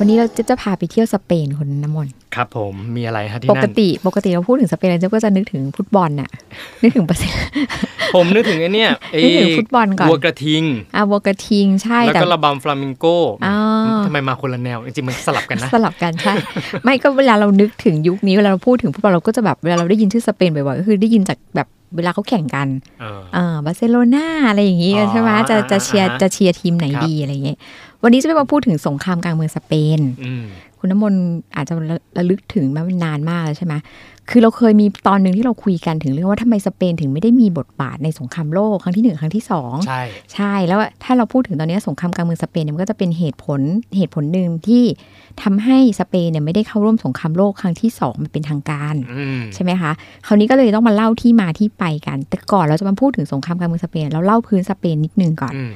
วันนี้เราเจะจะพาไปเที่ยวสเปนคนน้ำมนต์ ครับผมมีอะไรฮะที่ ปก นั่น ติปกติเราพูดถึงสเปนเราก็จะนึกถึงฟุตบอลน่ะ นึกถึงประเทศ ผมนึกถึงไอ้เนี่ยไอ้ นึกถึงฟุตบอลก่อน วัวกระทิง อาวัวกระทิงใช่ แล้ว แต่ ก็ระบำฟลามิงโก อ๋อ ทำไมมาคนละแนว จริงๆมันสลับกันนะ สลับกันใช่ ไม่ก็เวลาเรานึกถึงยุคนี้เวลาเราพูดถึงฟุตบอลเราก็จะแบบเวลาเราได้ยินชื่อสเปนบ่อยๆก็คือได้ยินจากแบบเวลาเขาแข่งกัน เออ เออบาร์เซโลนาอะไรอย่างนี้ อ๋อ ใช่ไหมจะจะ อ่า เชียร์ อ่า จะเชียร์ทีมไหน ครับ ดีอะไรอย่างเงี้ยวันนี้จะไม่มาพูดถึงสงครามกลางเมืองสเปน อืม คุณน้ำมนต์อาจจะระระลึกถึงมามันนานมากแล้วใช่ไหม คือเราเคยมีตอนหนึ่งที่เราคุยกันถึงเรื่องว่าทำไมสเปนถึงไม่ได้มีบทบาทในสงครามโลกครั้งที่หนึ่งครั้งที่สอง ใช่ ใช่แล้วถ้าเราพูดถึงตอนนี้สงครามกลางเมืองสเปนเนี่ยมันก็จะเป็นเหตุผลเหตุผลหนึ่งที่ทำให้สเปนเนี่ยไม่ได้เข้าร่วมสงครามโลกครั้งที่สองมันเป็นทางการ อืม ใช่ไหมคะ คราวนี้ก็เลยต้องมาเล่าที่มาที่ไปกัน แต่ก่อนเราจะมาพูดถึงสงครามกลางเมืองสเปนเราเล่าพื้นสเปนนิดนึงก่อน อืม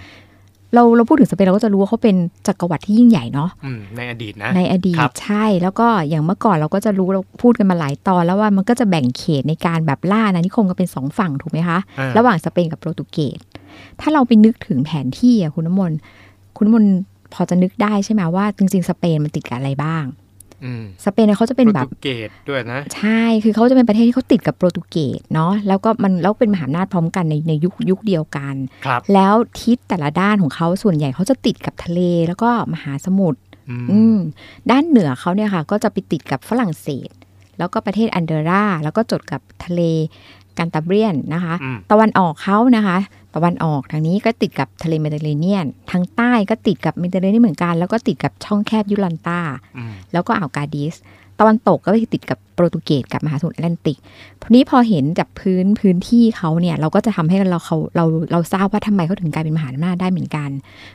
เราเราพูดถึงสเปนเราก็จะรู้ว่าเขาเป็นจักรวรรดิที่ยิ่งใหญ่เนาะ อืมในอดีตนะ ในอดีต ครับ ใช่แล้วก็อย่างเมื่อก่อนเราก็จะรู้เราพูดกันมาหลายตอน แล้วว่ามันก็จะแบ่งเขตในการแบบล่าอาณานิคมกันเป็นสองฝั่งถูกไหมคะ อ่ ระหว่างสเปนกับโปรตุเกสถ้าเราไปนึกถึงแผนที่อะคุณน้ำมนต์คุณน้ำมนต์พอจะนึกได้ใช่ไหมว่าจริงๆ สเปนมันติดกับอะไรบ้าง อืม สเปนเนี่ยเขาจะเป็นแบ โปร บ ตุเกสด้วยนะ ใช่คือเขาจะเป็นประเทศที่เขาติดกับโปรตุเกสเนาะแล้วก็มันแล้วเป็นมหาอำนาจพร้อมกันในในยุคยุคเดียวกัน ครับ แล้วทิศแต่ละด้านของเขาส่วนใหญ่เขาจะติดกับทะเลแล้วก็มหาสมุทร อืม อืมด้านเหนือเขาเนี่ยค่ะ ก็จะไปติดกับฝรั่งเศส แล้วก็ประเทศอันเดอร่า แล้วก็จดกับทะเลกันตาเบรียนนะคะ อืม ตะวันออกเขานะคะ ตะวันออกทางนี้ก็ติดกับทะเลเมดิเตอร์เรเนียน ทางใต้ก็ติดกับเมดิเตอร์เรเนียนเหมือนกัน แล้วก็ติดกับช่องแคบยุรันตา อืม แล้วก็อ่าวกาดิส ตะวันตกก็ไปติดกับโปรตุเกสกับมหาสมุทรแอตแลนติกทีนี้พอเห็นจากพื้นพื้นที่เขาเนี่ยเราก็จะทำให้เราเขาเราเราทราบว่าทำไมเขาถึงกลายเป็นมหาอำนาจได้เหมือนกัน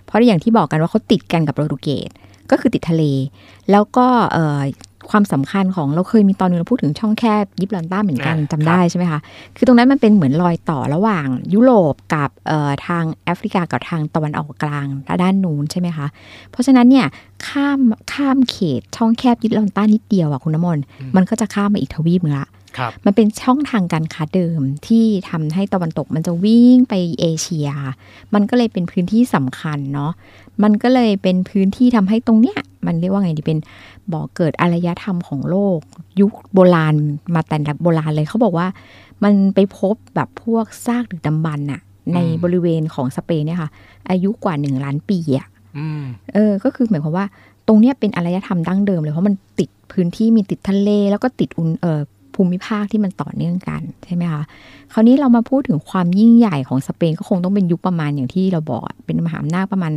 เพราะอย่างที่บอกกันว่าเขาติดกันกับโปรตุเกสก็คือติดทะเล แล้วก็เอ่อความสำคัญของเราเคยมีตอนหนึงเราพูดถึงช่องแคบยิบลอนต้าเหมือนกันจำได้ใช่ไหมคะ คือตรงนั้นมันเป็นเหมือนรอยต่อระหว่างยุโรปกับเอ่อทางแอฟริกากับทางตะวันออกกลางด้านนู้นใช่ไหมคะ เพราะฉะนั้นเนี่ยข้ามข้ามเขตช่องแคบยึดลอนต้านิดเดียวอะคุณน้ำมนต์มันก็จะข้ามมาอีกทวีปหนึงละ ครับ มันเป็นช่องทางการค้าเดิมที่ทำให้ตะวันตกมันจะวิ่งไปเอเชีย มันก็เลยเป็นพื้นที่สำคัญเนาะมันก็เลยเป็นพื้นที่ทำให้ตรงเนี้ยมันเรียกว่าไงดีเป็นบ่อเกิดอารยธรรมของโลก ยุคโบราณมาแต่โบราณเลยเขาบอกว่า มันไปพบแบบพวกซากดึกดำบรรพ์น่ะในบริเวณของสเปนเนี่ยค่ะ อายุกว่าหนึ่งล้านปีอะ อืม เออ ก็คือหมายความว่าตรงเนี้ยเป็นอารยธรรมดั้งเดิมเลย เพราะมันติดพื้นที่มีติดทะเล แล้วก็ติดอุนเอ่อภูมิภาคที่มันต่อเนื่องกันใช่ไหมคะ คราวนี้เรามาพูดถึงความยิ่งใหญ่ของสเปนก็คงต้องเป็นยุคประมาณอย่างที่เราบอกอะเป็นมหาอำนาจประมาณ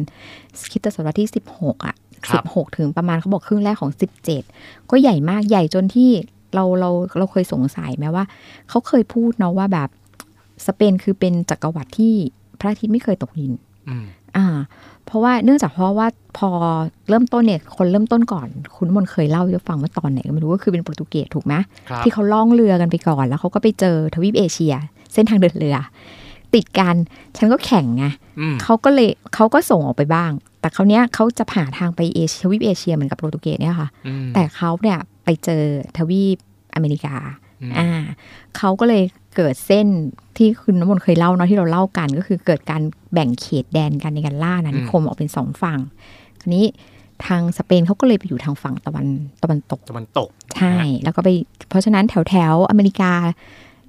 คริดศตวรรษที่ 16 อ่ะ 16 ถึงประมาณเขาบอกครึ่งแรกของ 17 ก็ใหญ่มากใหญ่จนที่เราเราเราเคยสงสัยไหมว่า เขาเคยพูดเนาะว่าแบบสเปนคือเป็นจักรวรรดิที่พระอาทิตย์ไม่เคยตกดิน อืม อ่าเพราะว่าเนื่องจากเพราะว่าพอเริ่มต้นเนี่ยคนเริ่มต้นก่อน คุณมนต์เคยเล่าให้ฟังว่าตอนไหนก็ไม่รู้ก็คือเป็นโปรตุเกสถูกไหม ครับ ที่เขาล่องเรือกันไปก่อน แล้วเขาก็ไปเจอทวีปเอเชีย เส้นทางเดินเรือ ติดกันฉันก็แข่งไง อืม เขาก็เลยเขาก็ส่งออกไปบ้าง แต่คราวเนี้ยเขาจะผ่าทางไปเอเชียทวีปเอเชียเหมือนกับโปรตุเกสเนี่ยค่ะ อืม แต่เขาเนี่ยไปเจอทวีปอเมริกา อืม อ่าเขาก็เลยเกิดเส้นที่คุณน้ำมนต์เคยเล่าเนาะที่เราเล่ากันก็คือเกิดการแบ่งเขตแดนกันในการล่านะนิคมออกเป็นสองฝั่งทีนี้ทางสเปนเขาก็เลยไปอยู่ทางฝั่งตะวันตะวันตก ตะวันตก ใช่ แล้วก็ไปเพราะฉะนั้นแถวแถวๆอเมริกา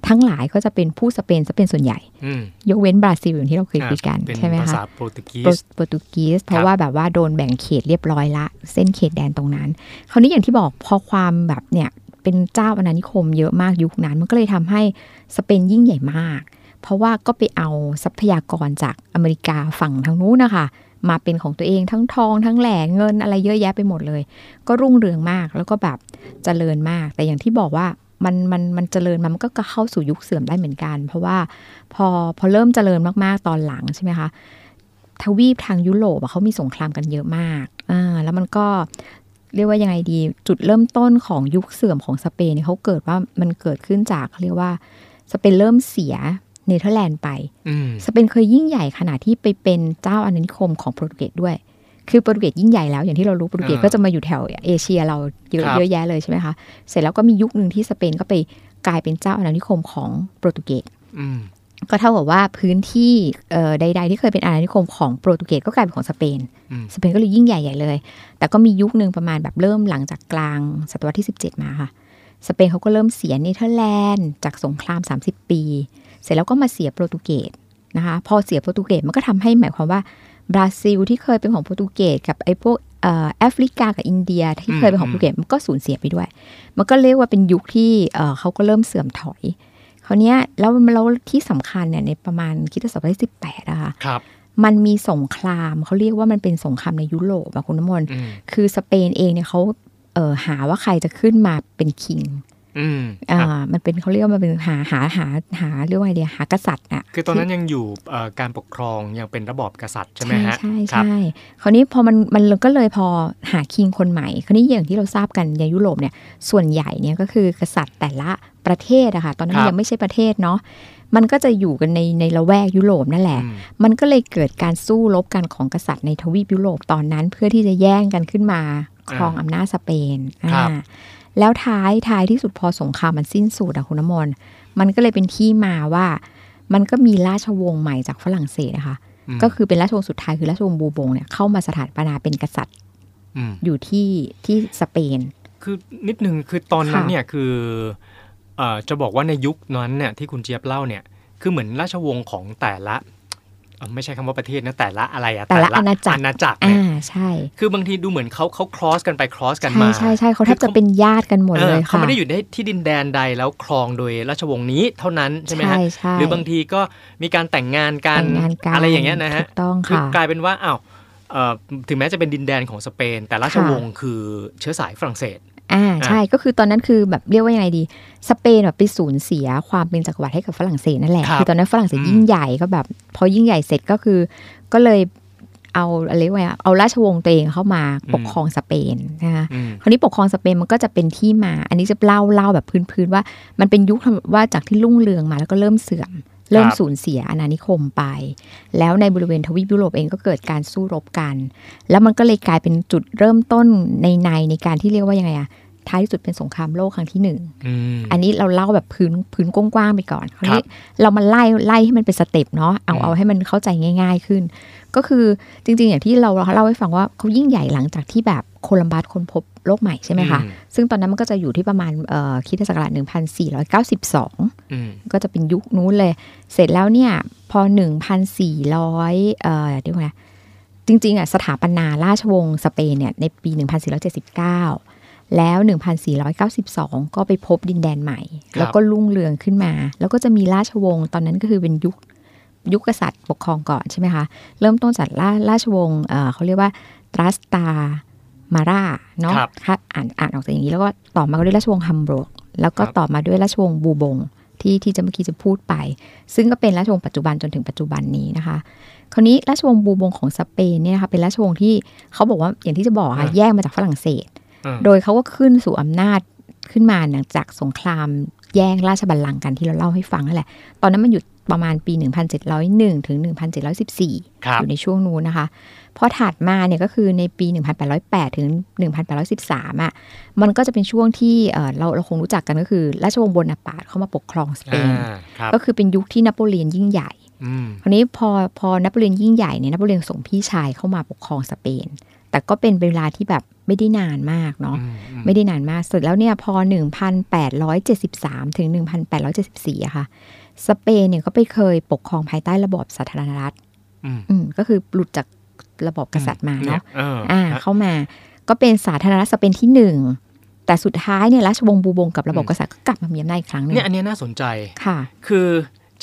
ทั้งหลายก็จะเป็นผู้สเปนสเปนส่วนใหญ่ อืม ยกเว้นบราซิลอย่างที่เราเคยคุยกัน เป็น ใช่ไหม ภา คะ ษาโปรตุเก โปร ส โปรตุเกีสเพ ครั ราะ บ ว่าแบบว่าโดนแบ่งเขตเรียบร้อยละ เส้นเขตแดนตรงนั้น คราวนี้อย่างที่บอกพอความแบบเนี่ยเป็นเจ้าอาณานิคมเยอะมากยุคนั้น มันก็เลยทำให้สเปนยิ่งใหญ่มาก เพราะว่าก็ไปเอาทรัพยากรจากอเมริกาฝั่งทางนู้นนะคะ มาเป็นของตัวเองทั้งทองทั้งแหล่เงินอะไรเยอะแยะไปหมดเลย ก็รุ่งเรืองมากแล้วก็แบบเจริญมาก แต่อย่างที่บอกว่ามันมันมันเจริญมามันก็เข้าสู่ยุคเสื่อมได้เหมือนกัน เพราะว่าพอพอเริ่มเจริญมากๆตอนหลังใช่ไหมคะ ทวีปทางยุโรปอะเขามีสงครามกันเยอะมากอ่าแล้วมันก็เรียกว่ายังไงดี จุดเริ่มต้นของยุคเสื่อมของสเปนเนี่ยเขาเกิดว่ามันเกิดขึ้นจากเขาเรียกว่าสเปนเริ่มเสีย เนเธอร์แลนด์ไป อืม สเปนเคยยิ่งใหญ่ขนาดที่ไปเป็นเจ้าอาณานิคมของโปรตุเกสด้วย คือโปรตุเกสยิ่งใหญ่แล้วอย่างที่เรารู้โปรตุเกสก็จะมาอยู่แถวเอเชียเราเยอะเยอะแยะเลยใช่ไหมคะ เสร็จแล้วก็มียุคหนึ่งที่สเปนก็ไปกลายเป็นเจ้าอาณานิคมของโปรตุเกส อืม ก็เท่ากับว่าพื้นที่เอ่อใด ๆ ที่เคยเป็นอาณานิคมของโปรตุเกสก็กลายเป็นของสเปน อืม สเปนก็เลยยิ่งใหญ่ใหญ่เลย แต่ก็มียุคหนึ่งประมาณแบบเริ่มหลังจากกลางศตวรรษที่ 17 มาค่ะ สเปนเขาก็เริ่มเสียเนเธอร์แลนด์จากสงคราม 30 ปี เสร็จแล้วก็มาเสียโปรตุเกสนะคะ พอเสียโปรตุเกสมันก็ทำให้หมายความว่าบราซิลที่เคยเป็นของโปรตุเกสกับไอ้พวกเอ่อแอฟริกากับอินเดียที่เคยเป็นของโปรตุเกสมันก็สูญเสียไปด้วย มันก็เรียกว่าเป็นยุคที่เอ่อเขาก็เริ่มเสื่อมถอย คราวเนี้ยแล้วแล้วที่สำคัญเนี่ยในประมาณคริดศตวรรษที่18นะคะ ครับ มันมีสงครามเขาเรียกว่ามันเป็นสงครามในยุโรปอะคุณน้ำมนต์ อืม คือสเปนเองเนี่ยเขาเออหาว่าใครจะขึ้นมาเป็นคิง อืมครับอ่ามันเป็นเขาเรียกว่ามันเป็นหาหาหาหาเรียกว่าไงเดียหากษัตริย์อะ คือตอนนั้นยังอยู่เอ่อการปกครองยังเป็นระบอบกษัตริย์ใช่ไหม ใช่ ฮะ ใช่ ครับ ใช่คราวนี้พอมันมันก็เลยพอหาคิงคนใหม่ คราวนี้อย่างที่เราทราบกันในยุโรปเนี่ยส่วนใหญ่เนี่ยก็คือกษัตริย์แต่ละประเทศอะค่ะตอนนั้นมันยังไม่ใช่ประเทศเนาะมันก็จะอยู่กันในในละแวกยุโรปนั่นแหละ อืม มันก็เลยเกิดการสู้รบกันของกษัตริย์ในทวีปยุโรปตอนนั้นเพื่อที่จะแย่งกันขึ้นมาครองอำนาจสเปนอ่าแล้วท้ายท้ายที่สุดพอสงครามมันสิ้นสุดอะคุณน้ำมนต์มันก็เลยเป็นที่มาว่า มันก็มีราชวงศ์ใหม่จากฝรั่งเศสนะคะ อืม ก็คือเป็นราชวงศ์สุดท้ายคือราชวงศ์บูบงเนี่ยเข้ามาสถาปนาเป็นกษัตริย์ ม อยู่ที่ที่สเปน คือนิดนึงคือตอนนั้น ค่ะ เนี่ยคือเอ่อจะบอกว่าในยุคนั้นเนี่ยที่คุณเจี๊ยบเล่าเนี่ยคือเหมือนราชวงศ์ของแต่ละเอ่อไม่ใช่คำว่าประเทศนะแต่ละอะไรอะ แต่ละอาณาจักร อาณาจักรเนี่ อ่าย ใช่ คือบางทีดูเหมือนเขาเขาครอสกันไปครอสกัน ใช่ มา ใช่ใช่เขาแทบจะเป็นญาติกันหมด เอ เล อย เขา ค่ะ ไม่ได้อยู่ในที่ดินแดนใดแล้วครองโดยราชวงศ์นี้เท่านั้นใช่ไหมฮะ ใช่ หรือบางทีก็มีการแต่งงานกัน แต่งงานกัน อะไรอย่างเงี้ยนะฮะ ถูกต้อง คือ ค่ะ กลายเป็นว่าอ้าวเอ่อถึงแม้จะเป็นดินแดนของสเปน แต่ราช ค่ะ วงศ์คือเชื้อสายฝรั่งเศส อ่าใช่ก็คือตอนนั้นคือแบบเรียกว่ายังไงดี สเปนแบบไปสูญเสียความเป็นจักรวรรดิให้กับฝรั่งเศสนั่นแหละ ครับ คือตอนนั้นฝรั่งเศส อืม ยิ่งใหญ่ก็แบบ พอยิ่งใหญ่เสร็จก็คือ ก็เลยเอาอะไรเรียกว่าเอาราชวงศ์ตัวเองเข้ามาปกครองสเปนนะคะ อืม คราวนี้ปกครองสเปนมันก็จะเป็นที่มา อันนี้จะเล่าเล่าแบบพื้นๆว่า มันเป็นยุคว่าจากที่รุ่งเรืองมาแล้วก็เริ่มเสื่อม เริ่มสูญเสียอาณานิคมไป แล้วในบริเวณทวีปยุโรปเองก็เกิดการสู้รบกัน แล้วมันก็เลยกลายเป็นจุดเริ่มต้นในในในการที่เรียกว่ายังไงอะท้ายที่สุดเป็นสงครามโลกครั้งที่หนึ่ง อืม อันนี้เราเล่าแบบพื้นพื้นกว้างๆไปก่อนคราว ครั นี้ บ เรามาไล่ไล่ให้มันเป็นสเต็ปเนาะเอา อืม เอาให้มันเข้าใจง่าย ๆขึ้น ก็คือจริงๆอย่างที่เราเล่าให้ฟังว่าเขายิ่งใหญ่หลังจากที่แบบโคลัมบัสค้นพบโลกใหม่ใช่ไหมคะ อื ซึ่งตอนนั้นมันก็จะอยู่ที่ประมาณเอ่อคริดศักราช1492 อืม ก็จะเป็นยุคนู้นเลย เสร็จแล้วเนี่ย พอ 1,400เอ่อเดี๋ยวก่อนนะ จริงๆอ่ะสถาปนาราชวงศ์สเปนเนี่ย ในปี 1479 แล้ว 1492 ก็ไปพบดินแดนใหม่ ครับ แล้วก็รุ่งเรืองขึ้นมา แล้วก็จะมีราชวงศ์ตอนนั้นก็คือเป็นยุคยุคกษัตริย์ปกครองก่อนใช่ไหมคะ เริ่มต้นจากราราชวงศ์เอ่อเขาเรียกว่าตรัสตามาราเนาะ ครับ ค่ะอ่านอ่านออกเสียงอย่างนี้แล้วก็ต่อมาก็ด้วยราชวงศ์ฮัมบร์กแล้วก็ ครับ ต่อมาด้วยราชวงศ์บูบงที่ที่จะเมื่อกี้จะพูดไป ซึ่งก็เป็นราชวงศ์ปัจจุบันจนถึงปัจจุบันนี้นะคะ คราวนี้ราชวงศ์บูบงของสเปนเนี่ยนะคะเป็นราชวงศ์ที่เขาบอกว่าอย่างที่จะบอกค่ะ อ่า แยกมาจากฝรั่งเศส อืม โดยเขาก็ขึ้นสู่อำนาจขึ้นมาหลังจากสงครามแย่งราชบัลลังก์กันที่เราเล่าให้ฟังนั่นแหละ ตอนนั้นมันอยู่ประมาณปี 1701 ถึง 1714 ครัอบยู่ในช่วงนู้นนะคะพอถัดมาเนี่ยก็คือในปี 1808 ถึง 1813 อ่ะ มันก็จะเป็นช่วงที่เอ่อเราเราคงรู้จักกันก็คือราชวงศ์โบนาปาร์ตเข้ามาปกครองสเป อ่าน ครับ ก็คือเป็นยุคที่นโปเลียนยิ่งใหญ่ อืม คราวนี้พอพอนโปเลียนยิ่งใหญ่เนี่ยนโปเลียนส่งพี่ชายเข้ามาปกครองสเปน แต่ก็เป็นเวลาที่แบบไม่ได้นานมากเนาะ อืมอืม ไม่ได้นานมากสุดแล้วเนี่ยพอ 1873 ถึง 1874อะค่ะ สเปนเนี่ยก็ไปเคยปกครองภายใต้ระบอบสาธารณรัฐ อืม อืมก็คือหลุดจากระบอบกษัตริย์มาเนาะ เอออ่า อ่าเข้ามาก็เป็นสาธารณรัฐสเปนที่หนึ่งแต่สุดท้ายเนี่ยราชวงศ์บูบงกับระบอบกษัตริย์ก็กลับมามีอำนาจอีกครั้งหนึ่ง เนี่ยอันเนี้ยน่าสนใจ ค่ะ คือ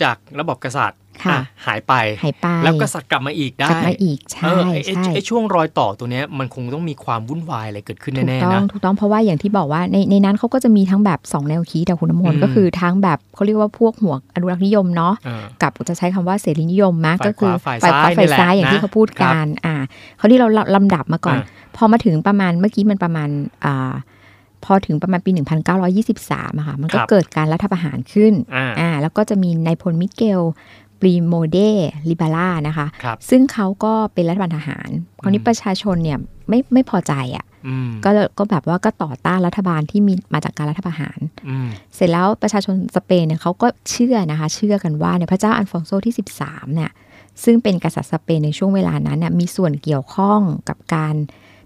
จากระบบกษัตริย์ ค่ะ อ่ะหายไป หายไป แล้วกษัตริย์กลับมาอีกได้ กลับมาอีกใช่ เออไอ้ไอ้ ใช่ ไอ้ช่วงรอยต่อตัวเนี้ยมันคงต้องมีความวุ่นวายอะไรเกิดขึ้น ถูก แน่ ต้ ๆ อง นะ ถูกต้องเพราะว่าอย่างที่บอกว่าในในนั้นเขาก็จะมีทั้งแบบสองแนวคิดแต่คุณน้ำมน อื ต์ ม ก็คือทั้งแบบเขาเรียกว่าพวกหัวอนุรักษ์นิยมเนาะ เออ กับจะใช้คำว่าเสรีนิยมมาก ฝ่าย ก็คือ ขวาฝ่าย ฝ่ายขวา ซ้าย ฝ่ายซ้ายอนี่แหละย่างที่ นะ เขาพูดกันอ่าเขาที่เราลำดับมาก่อน อ่า พอมาถึงประมาณเมื่อกี้มันประมาณอ่า พอถึงประมาณปี 1923อะค่ะมันก็ ครับ เกิดการรัฐประหารขึ้น อ่า อ่าแล้วก็จะมีนายพลมิเกลปรีโมเดลิบาร่านะคะ ครับ ซึ่งเขาก็เป็นรัฐบาลทหาร คราวนี้ อืม ประชาชนเนี่ยไม่ไม่พอใจอะ่ะ อืม ก็เลยก็แบบว่าก็ต่อต้านรัฐบาลที่มีมาจากการรัฐประหาร อืม เสร็จแล้วประชาชนสเปนเนี่ยเขาก็เชื่อนะคะ เชื่อกันว่าเนี่ยพระเจ้าอันฟองโซที่ 13เนี่ยซึ่งเป็นกษัตริย์สเปนในช่วงเวลานั้นน่ะมีส่วนเกี่ยวข้องกับการ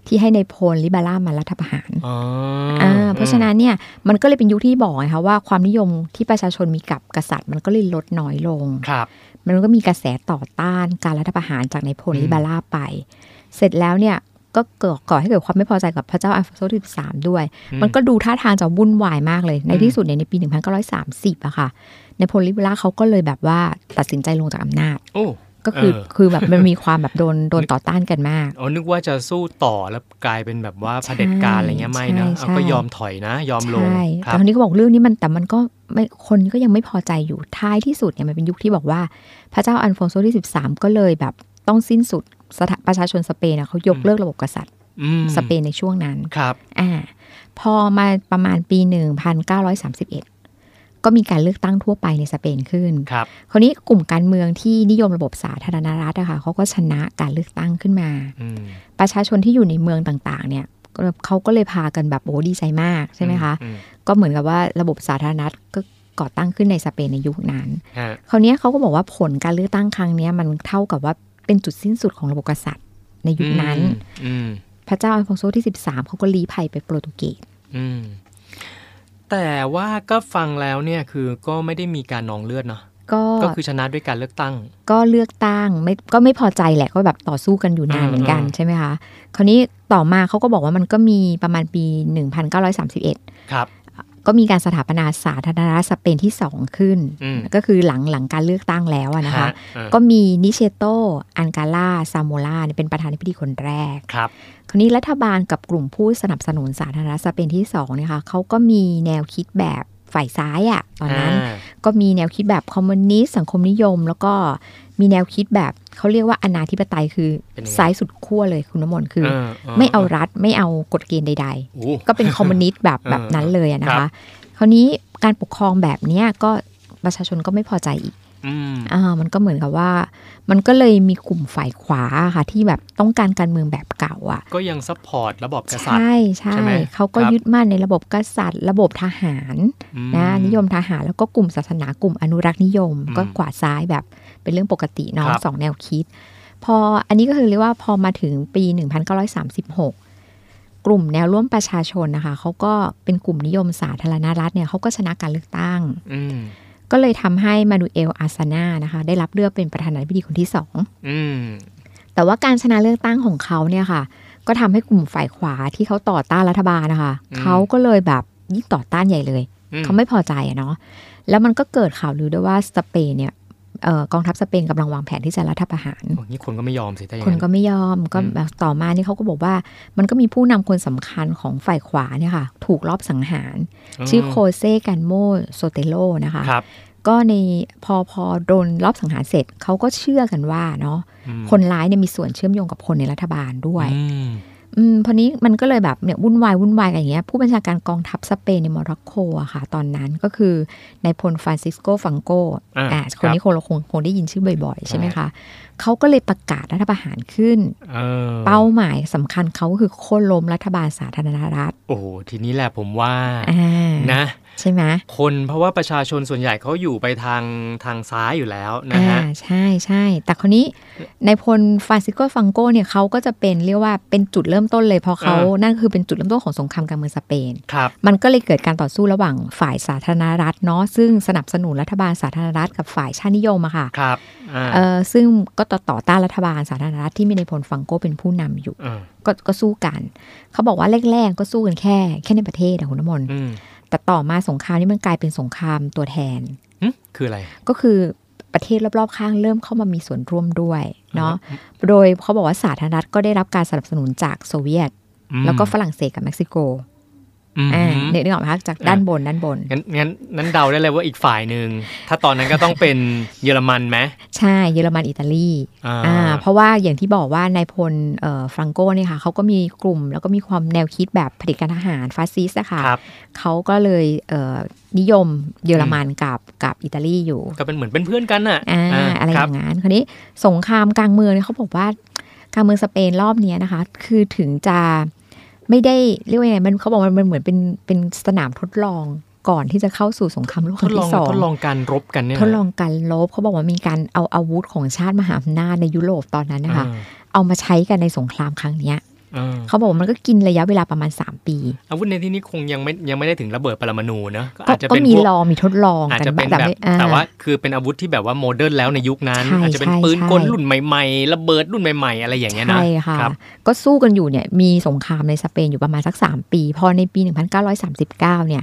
ที่ให้ในายพลลิบาร่ามารัฐประหาร อ๋อ อ่าเพราะฉะนั้นเนี่ยมันก็เลยเป็นยุคที่บอกไงคะว่าความนิยมที่ประชาชนมีกับกษัตริย์ มันก็เลยลดน้อยลง ครับ มันก็มีกระแสต่อต้านการรัฐประหารจากนายพล อืม ลิบาร่าไป เสร็จแล้วเนี่ยก็เกิดก่อให้เกิดความไม่พอใจกับพระเจ้าอัลฟองโซที่สามด้วย อื มันก็ดูท่าทางจะวุ่นวายมากเลย ใน อืม ที่สุดเนี่ยในปี 1930อะค่ะนายพลลิบาร่าเขาก็เลยแบบว่าตัดสินใจลงจากอำนาจ โอ้ ก็คือ เออ คือแบบมันมีความแบบโดนโดนต่อต้านกันมาก อ๋อนึกว่าจะสู้ต่อแล้วกลายเป็นแบบว่าเผด็จการอะไรเงี้ยไม่นะ ใช่ เอา ใช่ ก็ยอมถอยนะ ยอมลง ใช่ ค แต่ รับ ทีนี้ก็บอกเรื่องนี้มันแต่มันก็ไม่คนก็ยังไม่พอใจอยู่ท้ายที่สุดเนี่ยมันเป็นยุคที่บอกว่า พระเจ้าอันโฟนโซที่ 13 ก็เลยแบบต้องสิ้นสุดสถาประชาชนสเปนอะเขายกเลิกระบบกษัตริย์ อืม สเปนในช่วงนั้น ครับ อ่าพอมาประมาณปี 1931 ก็มีการเลือกตั้งทั่วไปในสเปนขึ้น ครับ คราวนี้กลุ่มการเมืองที่นิยมระบบสาธารณรัฐอะค่ะเขาก็ชนะการเลือกตั้งขึ้นมา อืม ประชาชนที่อยู่ในเมืองต่างๆเนี่ยก็เขาก็เลยพากันแบบโอ้ดีใจมากใช่ไหมคะ อืม ก็เหมือนกับว่าระบบสาธารณรัฐก็ก่อตั้งขึ้นในสเปนในยุคนั้น ฮะ คราวเนี้ยเขาก็บอกว่าผลการเลือกตั้งครั้งเนี้ยมันเท่ากับว่าเป็นจุดสิ้นสุดของระบบกษัตริย์ในยุคนั้น อืม พระเจ้าอัลฟองโซที่ 13 เขาก็ลี้ภัยไปโปรตุเกส อืม แต่ว่าก็ฟังแล้วเนี่ยคือก็ไม่ได้มีการนองเลือดเนาะ ก็ ก็คือชนะด้วยการเลือกตั้ง ก็เลือกตั้งไม่ก็ไม่พอใจแหละก็แบบต่อสู้กันอยู่นานเหมือนกัน อืม ใช่ไหมคะคราวนี้ต่อมาเขาก็บอกว่ามันก็มีประมาณปี 1931 ครับ ก็มีการสถาปนาสาธารณรัฐสเปนที่สองขึ้น อืม ก็คือหลังหลังการเลือกตั้งแล้วอะนะคะ ฮอ่า ก็มีนิเชโต อันกาล่า ซาโมล่าเนี่ยเป็นประธานาธิบดีคนแรก ครับ คราวนี้รัฐบาลกับกลุ่มผู้สนับสนุนสาธารณรัฐสเปนที่สองเนะคะเขาก็มีแนวคิดแบบฝ่ายซ้ายอะตอนนั้น า ก็มีแนวคิดแบบคอมมิวนิสต์สังคมนิยม แล้วก็มีแนวคิดแบบเขาเรียกว่าอนาธิปไตยคือซ้ายสุดขั้วเลยคุณน้ำมนต์คือ ไม่เอารัฐไม่เอากฎเกณฑ์ใด ๆ โอ้ ก็เป็นคอมมิวนิสต์แบบ เออ แบบนั้นเลยอะนะ คคะรับ คราวนี้การปกครองแบบเนี้ยก็ประชาชนก็ไม่พอใจอีก อืม อ่ามันก็เหมือนกับว่า มันก็เลยมีกลุ่มฝ่ายขวาค่ะที่แบบต้องการการเมืองแบบเก่าอ่ะ ก็ยังซัพพอร์ตระบอบก ใช ษัตริย์ ่ใช่ ใช่ไหม เขาก็ ครับ ยึดมั่นในระบบกษัตริย์ ระบบทหาร อื นะนิยมทหารแล้วก็กลุ่มศาสนากลุ่มอนุรักษ์นิยม อืม ก็ขวาซ้ายแบบเป็นเรื่องปกติเน้อง ครับ สองแนวคิด พออันนี้ก็คือเรียกว่าพอมาถึงปี 1936 กลุ่มแนวร่วมประชาชนนะคะเขาก็เป็นกลุ่มนิยมสาธารณรัฐเนี่ยเขาก็ชนะการเลือกตั้ง อืม ก็เลยทำให้มานูเอลอาซานานะคะได้รับเลือกเป็นประธานาธิบดีคนที่สอง อืม แต่ว่าการชนะเลือกตั้งของเขาเนี่ยค่ะ ก็ทำให้กลุ่มฝ่ายขวาที่เขาต่อต้านรัฐบาลนะคะ เขาก็เลยแบบยิ่งต่อต้านใหญ่เลย อื เขาไม่พอใจอะเนาะแล้วมันก็เกิดข่าวลือด้วยว่าสเปนเนี่ยเอ่อกองทัพสเปนกำลังวางแผนที่จะรัฐประหาร โอ้นี่คนก็ไม่ยอมสิแต่อย่า ค ง น นั้น ก็ไม่ยอมก็ อืม แบบต่อมานี่เขาก็บอกว่า มันก็มีผู้นำคนสำคัญของฝ่ายขวาเนี่ยค่ะถูกลอบสังหาร ชื่อโคเซกันโมโซเตโลนะคะ ครับ ก็ในพอพอโดนลอบสังหารเสร็จเขาก็เชื่อกันว่าเนาะ อืม คนร้ายเนี่ยมีส่วนเชื่อมโยงกับคนในรัฐบาลด้วย อืม อืมพอนี้มันก็เลยแบบเนี่ยวุ่นวายวุ่นวายกันอย่างเงี้ย ผู้บัญชาการกองทัพสเปนในโมร็อกโกอะค่ะ ตอนนั้นก็คือนายพลฟรานซิสโกฟังโก อ่า อ่าคนนี้ รับ คงเราคงคงได้ยินชื่อบ่อยๆ ใช่ไหมคะ เขาก็เลยประกาศรัฐประหารขึ้น เออ เป้าหมายสำคัญเขาคือโค่นล้มรัฐบาลสาธารณรัฐ โอ้โหทีนี้แหละผมว่า อ่า นะ ใช่ไหม คนเพราะว่าประชาชนส่วนใหญ่เขาอยู่ไปทางทางซ้ายอยู่แล้วนะ อ่า ฮะ ใช่ใช่แต่คนนี้นายพลฟรานซิสโกฟังโกเนี่ยเขาก็จะเป็นเรียกว่าเป็นจุดเริ่มต้นเลยเพราะเขา อ่า นั่นคือเป็นจุดเริ่มต้นของสงครามการเมืองสเปน ครับ มันก็เลยเกิดการต่อสู้ระหว่างฝ่ายสาธารณรัฐเนาะซึ่งสนับสนุนรัฐบาลสาธารณรัฐกับฝ่ายชาตินิยมอะค่ะ ครับอ่า เออซึ่งก็ต่อต่อต้านรัฐบาลสาธารณรัฐที่มีในายพลฟังโกเป็นผู้นำอยู่ อ่า ก็ก็สู้กัน เขาบอกว่าแรกๆก็สู้กันแค่แค่ในประเทศอะคุณน้ำมนต์ อืม แต่ต่อมาสงครามนี้มันกลายเป็นสงครามตัวแทน หึคืออะไร ก็คือประเทศรอบๆ ข้างเริ่มเข้ามามีส่วนร่วมด้วยเนาะโดยเขาบอกว่าสาธารณรัฐก็ได้รับการสนับสนุนจากโซเวียต อืม แล้วก็ฝรั่งเศสกับเม็กซิโก อืม อ่าเนี่ยนึกออกไหมคะจากด้านบนด้านบน งั้นงั้นนั้นเดาได้เลยว่าอีกฝ่ายหนึ่งถ้าตอนนั้นก็ต้องเป็นเยอรมันไหม ใช่เยอรมันอิตาลี อ่า อ่าเพราะว่าอย่างที่บอกว่านายพลเอ่อฟรังโกเนี่ยค่ะเขาก็มีกลุ่มแล้วก็มีความแนวคิดแบบเผด็จการทหารฟาสซิสต์อะค่ะ ครับ เขาก็เลยเอ่อนิยมเยอรมันกับกับอิตาลีอยู่ ก็เป็นเหมือนเป็นเพื่อนกันน่ะ อ่าอะไรอครับ ย่างนั้นคราวนี้สงครามกลางเมืองเนี่ยเขาบอกว่ากลางเมืองสเปนรอบเนี้ยนะคะ คือถึงจะไม่ได้เรียกว่าไงมันเขาบอกว่ามันเหมือนเป็นเป็นสนามทดลองก่อนที่จะเข้าสู่สงครามโลกค ท รั้ ด ง ลอง ที่สอง ทดลองการรบกันเนี่ย ทดลองการลบเขาบอกว่ามีการเอาอาวุธของชาติมหาอำนาจในยุโรปตอนนั้นนะคะ เอามาใช้กันในสงครามครั้งเนี้ย อ่าอ่า เขาบอกว่ามันก็กินระยะเวลาประมาณ 3 ปี อาวุธในที่นี้คงยังไม่ยังไม่ได้ถึงระเบิดปรมาณูนะก็ ก็ อาจจะ ก็ เป็น มี พวก ลองมีทดลอง อาจ กัน จะเป็นแบบ ไม่อ่ แต่ว่าคือเป็นอาวุธที่แบบว่าโมเดิร์นแล้วในยุคนั้น ใช่ อาจจะเป็น ใช่ ปืน ใช่ กลรุ่นใหม่ๆ ระเบิดรุ่นใหม่ ๆ อะไรอย่างเงี้ยนะ ใช่ค่ะ ครับ ก็สู้กันอยู่เนี่ยมีสงครามในสเปนอยู่ประมาณสัก 3 ปี พอในปี 1939 เนี่ย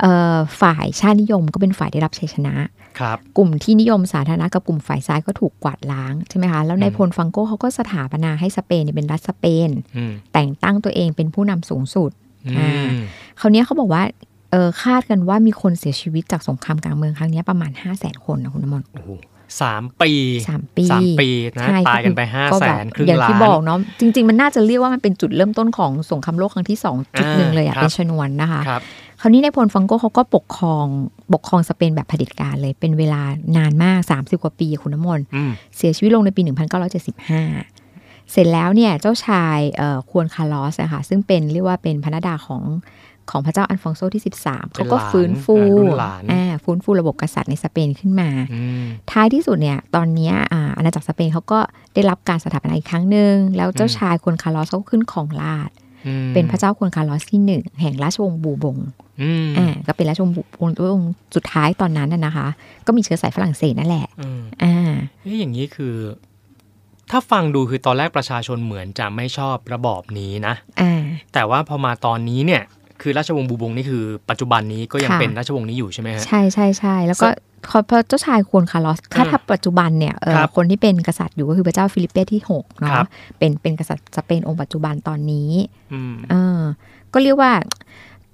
เอ่อฝ่ายชาตินิยมก็เป็นฝ่ายได้รับชัยชนะ ครับ กลุ่มที่นิยมสาธารณะกับกลุ่มฝ่ายซ้ายก็ถูกกวาดล้างใช่ไหมคะ แล้วนาย อืม พลฟังโก้เขาก็สถาปนาให้สเปนเนี่ยเป็นรัฐสเปน อืม แต่งตั้งตัวเองเป็นผู้นำสูงสุด อื อ่า ม คราวเนี้ยเขาบอกว่าเอ่อคาดกันว่ามีคนเสียชีวิตจากสงครามกลางเมืองครั้งเนี้ยประมาณ 5 0 0 0 0 0คนนะคุณอมร โอ้โหสามปี สามปี สามปีนะ ใช่ ตายกันไปห้า ก็ แส บบ นครึ่ง อย่าง ล้า ที่ น บอกเนาะจริง ๆ มันน่าจะเรียกว่ามันเป็นจุดเริ่มต้นของสงครามโลกครั้งที่สองจุดหนึ่งเลยอะ อ่าครับ เป็นชนวนนะคะ ครับ คราวนี้ในายพลฟังโกเขาก็ปกครองปกครองสเปนแบบเผด็จการเลย เป็นเวลานานมาก 30 กว่าปีคุณน้ำมนต์ อืม เสียชีวิตลงในปี 1975 เสร็จแล้วเนี่ยเจ้าชายเอ่อควรคาร์ลอสนะคะซึ่งเป็นเรียกว่าเป็นพระนดาของของพระเจ้าอันฟองโซที่ 13เขาก็ฟื้นฟูอ่าฟื้นฟูระบบกษัตริย์ในสเปนขึ้นมา อืม ท้ายที่สุดเนี่ยตอนเนี้ยอาอาณาจักรสเปนเขาก็ได้รับการสถาปนาอีกครั้งหนึ่งแล้วเจ้า อืม ชายควนคาร์ลอสเขาก็ขึ้นของราชย์ อืม เป็นพระเจ้าควนคาร์ลอสที่หนึ่งแห่งราชวงศ์บูบง อืม อ่าก็เป็นราชวงศ์บูบงองค์สุดท้ายตอนนั้นน่ะนะคะ ก็มีเชื้อสายฝรั่งเศสนั่นแหละ อืม อ่า เอ๊ะอย่างนี้คือ ถ้าฟังดูคือตอนแรกประชาชนเหมือนจะไม่ชอบระบอบนี้นะ อ่า แต่ว่าพอมาตอนนี้เนี่ย คือราชวงศ์บูบงนี่คือปัจจุบันนี้ก็ยัง ค่ะ เป็นราชวงศ์นี้อยู่ใช่ไหมฮะ ใช่ใช่ใช่แล้วก็พอพอเจ้าชายควนคาร์ลอสถ้า อืม ถ้าปัจจุบันเนี่ยเอ่อ ครับ คนที่เป็นกษัตริย์อยู่ก็คือพระเจ้าฟิลิปเป้ที่หกเนาะ ครับ เป็นเป็นกษัตริย์สเปนองค์ปัจจุบันตอนนี้ อืม เออก็เรียกว่า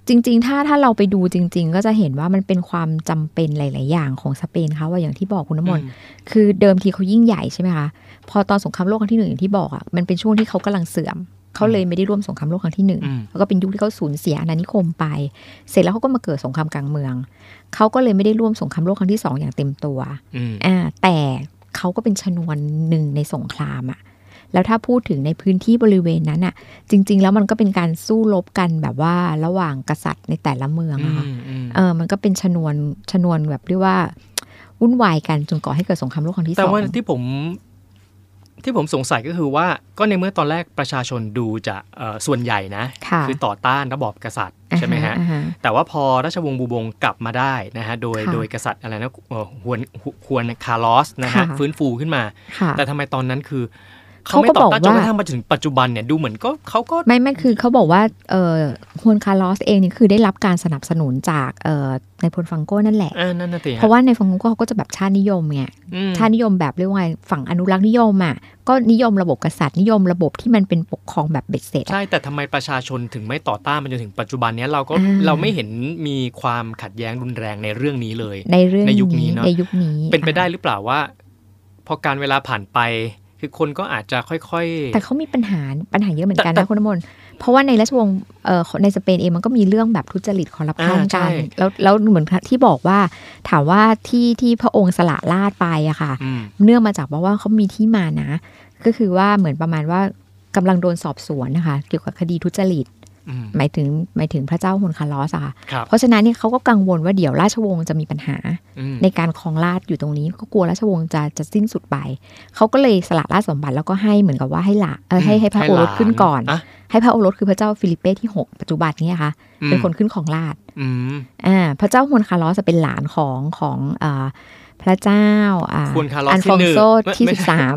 จริง ๆ ถ้าถ้าเราไปดูจริง ๆ ก็จะเห็นว่ามันเป็นความจำเป็นหลาย ๆ อย่างของสเปนเขาว่าอย่างที่บอกคุณน้ำมนต์คือเดิมทีเขายิ่งใหญ่ใช่ไหมคะพอตอนสงครามโลกครั้งที่หนึ่งอย่างที่บอกอ่ะมันเป็นช่วงที่เขากำลังเสื่อมเขาเลยไม่ได้ร่วมสงครามโลกครั้งที่หนึ่ง อืม แล้วก็เป็นยุคที่เขาสูญเสียอาณานิคมไป เสร็จแล้วเขาก็มาเกิดสงครามกลางเมืองเขาก็เลยไม่ได้ร่วมสงครามโลกครั้งที่สองอย่างเต็มตัว อืม อ่าแต่เขาก็เป็นชนวนหนึ่งในสงครามอะแล้วถ้าพูดถึงในพื้นที่บริเวณนั้นอะจริง ๆ แล้วมันก็เป็นการสู้รบกันแบบว่าระหว่างกษัตริย์ในแต่ละเมือง อื อะค่ะ มอืม เออมันก็เป็นชนวนชนวนแบบเรียกว่าวุ่นวายกันจนก่อให้เกิดสงครามโลกครั้งที่ส แต่ อง ว่าที่ผม ที่ผมสงสัยก็คือว่าก็ในเมื่อตอนแรกประชาชนดูจะเอ่อส่วนใหญ่นะ ค่ะ คือต่อต้านระบอบกษัตริย์ใช่ไหมฮะ อ่า แต่ว่าพอราชวงศ์บูบงกลับมาได้นะฮะโดย ค่ะ โดยกษัตริย์อะไรนะเอ่อฮวนฮวนคาร์ลอสนะฮะ ค่ะ ฟื้นฟูขึ้นมา ค่ะ แต่ทำไมตอนนั้นคือเขา เขา ไม่ ก็ ตอบอบก ต้านจน ว่า กระทั่งมาถึงปัจจุบันเนี่ยดูเหมือนก็เขาก็ ไม่ไม่คือเขาบอกว่าเออฮวนคาร์ลอสเองนี่คือได้รับการสนับสนุนจากเออในายพลฟังโก้นั่นแหละ เออนั่นน่ะสิฮ เพราะว่าในฟังโก้เขาก็จะแบบชาตินิยมไง อืม ชาตินิยมแบบเรียกว่าไงฝั่งอนุรักษ์นิยมอ่ะก็นิยมระบบกษัตริย์นิยมระบบที่มันเป็นปกครองแบบเบ็ดเสร็จอะ ใช่แต่ทำไมประชาชนถึงไม่ต่อต้านมันจนถึงปัจจุบันเนี้ยเราก็ อ่า เราไม่เห็นมีความขัดแย้งรุนแรงในเรื่องนี้เลย ในเรื่อง ในยุคนี้เนอะ ในยุคนี้ เป็นไปได้ อ่ะ หรือเปล่าว่า พอการเวลาผ่านไป คือคนก็อาจจะค่อยๆ แต่เขามีปัญหาปัญหาเยอะเหมือนกัน แต่ นะคุณอมนเพราะว่าในราชวงศ์เอ่อในสเปนเองมันก็มีเรื่องแบบทุจริตคอร์รัปชัน อ่ากัใช่นแล้วแล้วเหมือนที่บอกว่า ถามว่าที่ที่พระองค์สละราชไปอะค่ะ อืม เนื่องมาจากว่าว่าเขามีที่มานะ ก็คือว่าเหมือนประมาณว่ากำลังโดนสอบสวนนะคะ เกี่ยวกับคดีทุจริต อืม หมายถึงหมายถึงพระเจ้าฮุนคาร์ลอสอะค่ะ ครับ เพราะฉะนั้นเนี่ยเขาก็กังวลว่าเดี๋ยวราชวงศ์จะมีปัญหา อืม ในการครองราชย์อยู่ตรงนี้ ก็กลัวราชวงศ์จะจะสิ้นสุดไปเขาก็เลยสละราชสมบัติแล้วก็ให้เหมือนกับว่าให้ละเออให้ให้พระโอรสขึ้นก่อน ให้หลาะ ให้พระโอรสคือพระเจ้าฟิลิปเป้ที่ 6 ปัจจุบันเนี่ยค่ะ อืม เป็นคนขึ้นของราชย์ อืม อ่าพระเจ้าฮวนคาร์ลอสจะเป็นหลานของของอ่าพระเจ้าอ่า ควรคาร์ลอส อันฟ ที่ อง หนึ่ง โซที่ ไ สิบสาม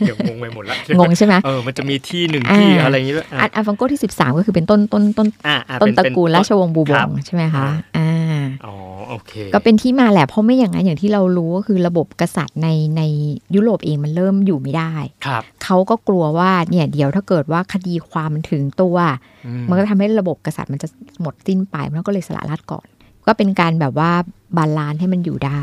เดี๋ยว งงไปหมดละ งงใช่ไหม เออมันจะมีที่หนึ่งที่ อ่า อะไรอย่างงี้ด้วยอ่ะ อันอันฟองโกที่ 13 ก็คือเป็นต้นต้นต้น อ่ะอ่ะ ต้น เป็ ตระ เป็ กูลราชวงศ์บูบ ครั ง บ ใช่ไหมคะ อ่า อ่า อ๋อ โอเค ก็เป็นที่มาแหละเพราะไม่อย่างนั้นอย่างที่เรารู้ก็คือระบบกษัตริย์ในในยุโรปเองมันเริ่มอยู่ไม่ได้ ครับ เขาก็กลัวว่าเนี่ยเดี๋ยวถ้าเกิดว่าคดีความมันถึงตัว อื มันก็ทำให้ระบบกษัตริย์มันจะหมดสิ้นไปมันก็เลยสละราชก่อน ก็เป็นการแบบว่าบาลานซ์ให้มันอยู่ได้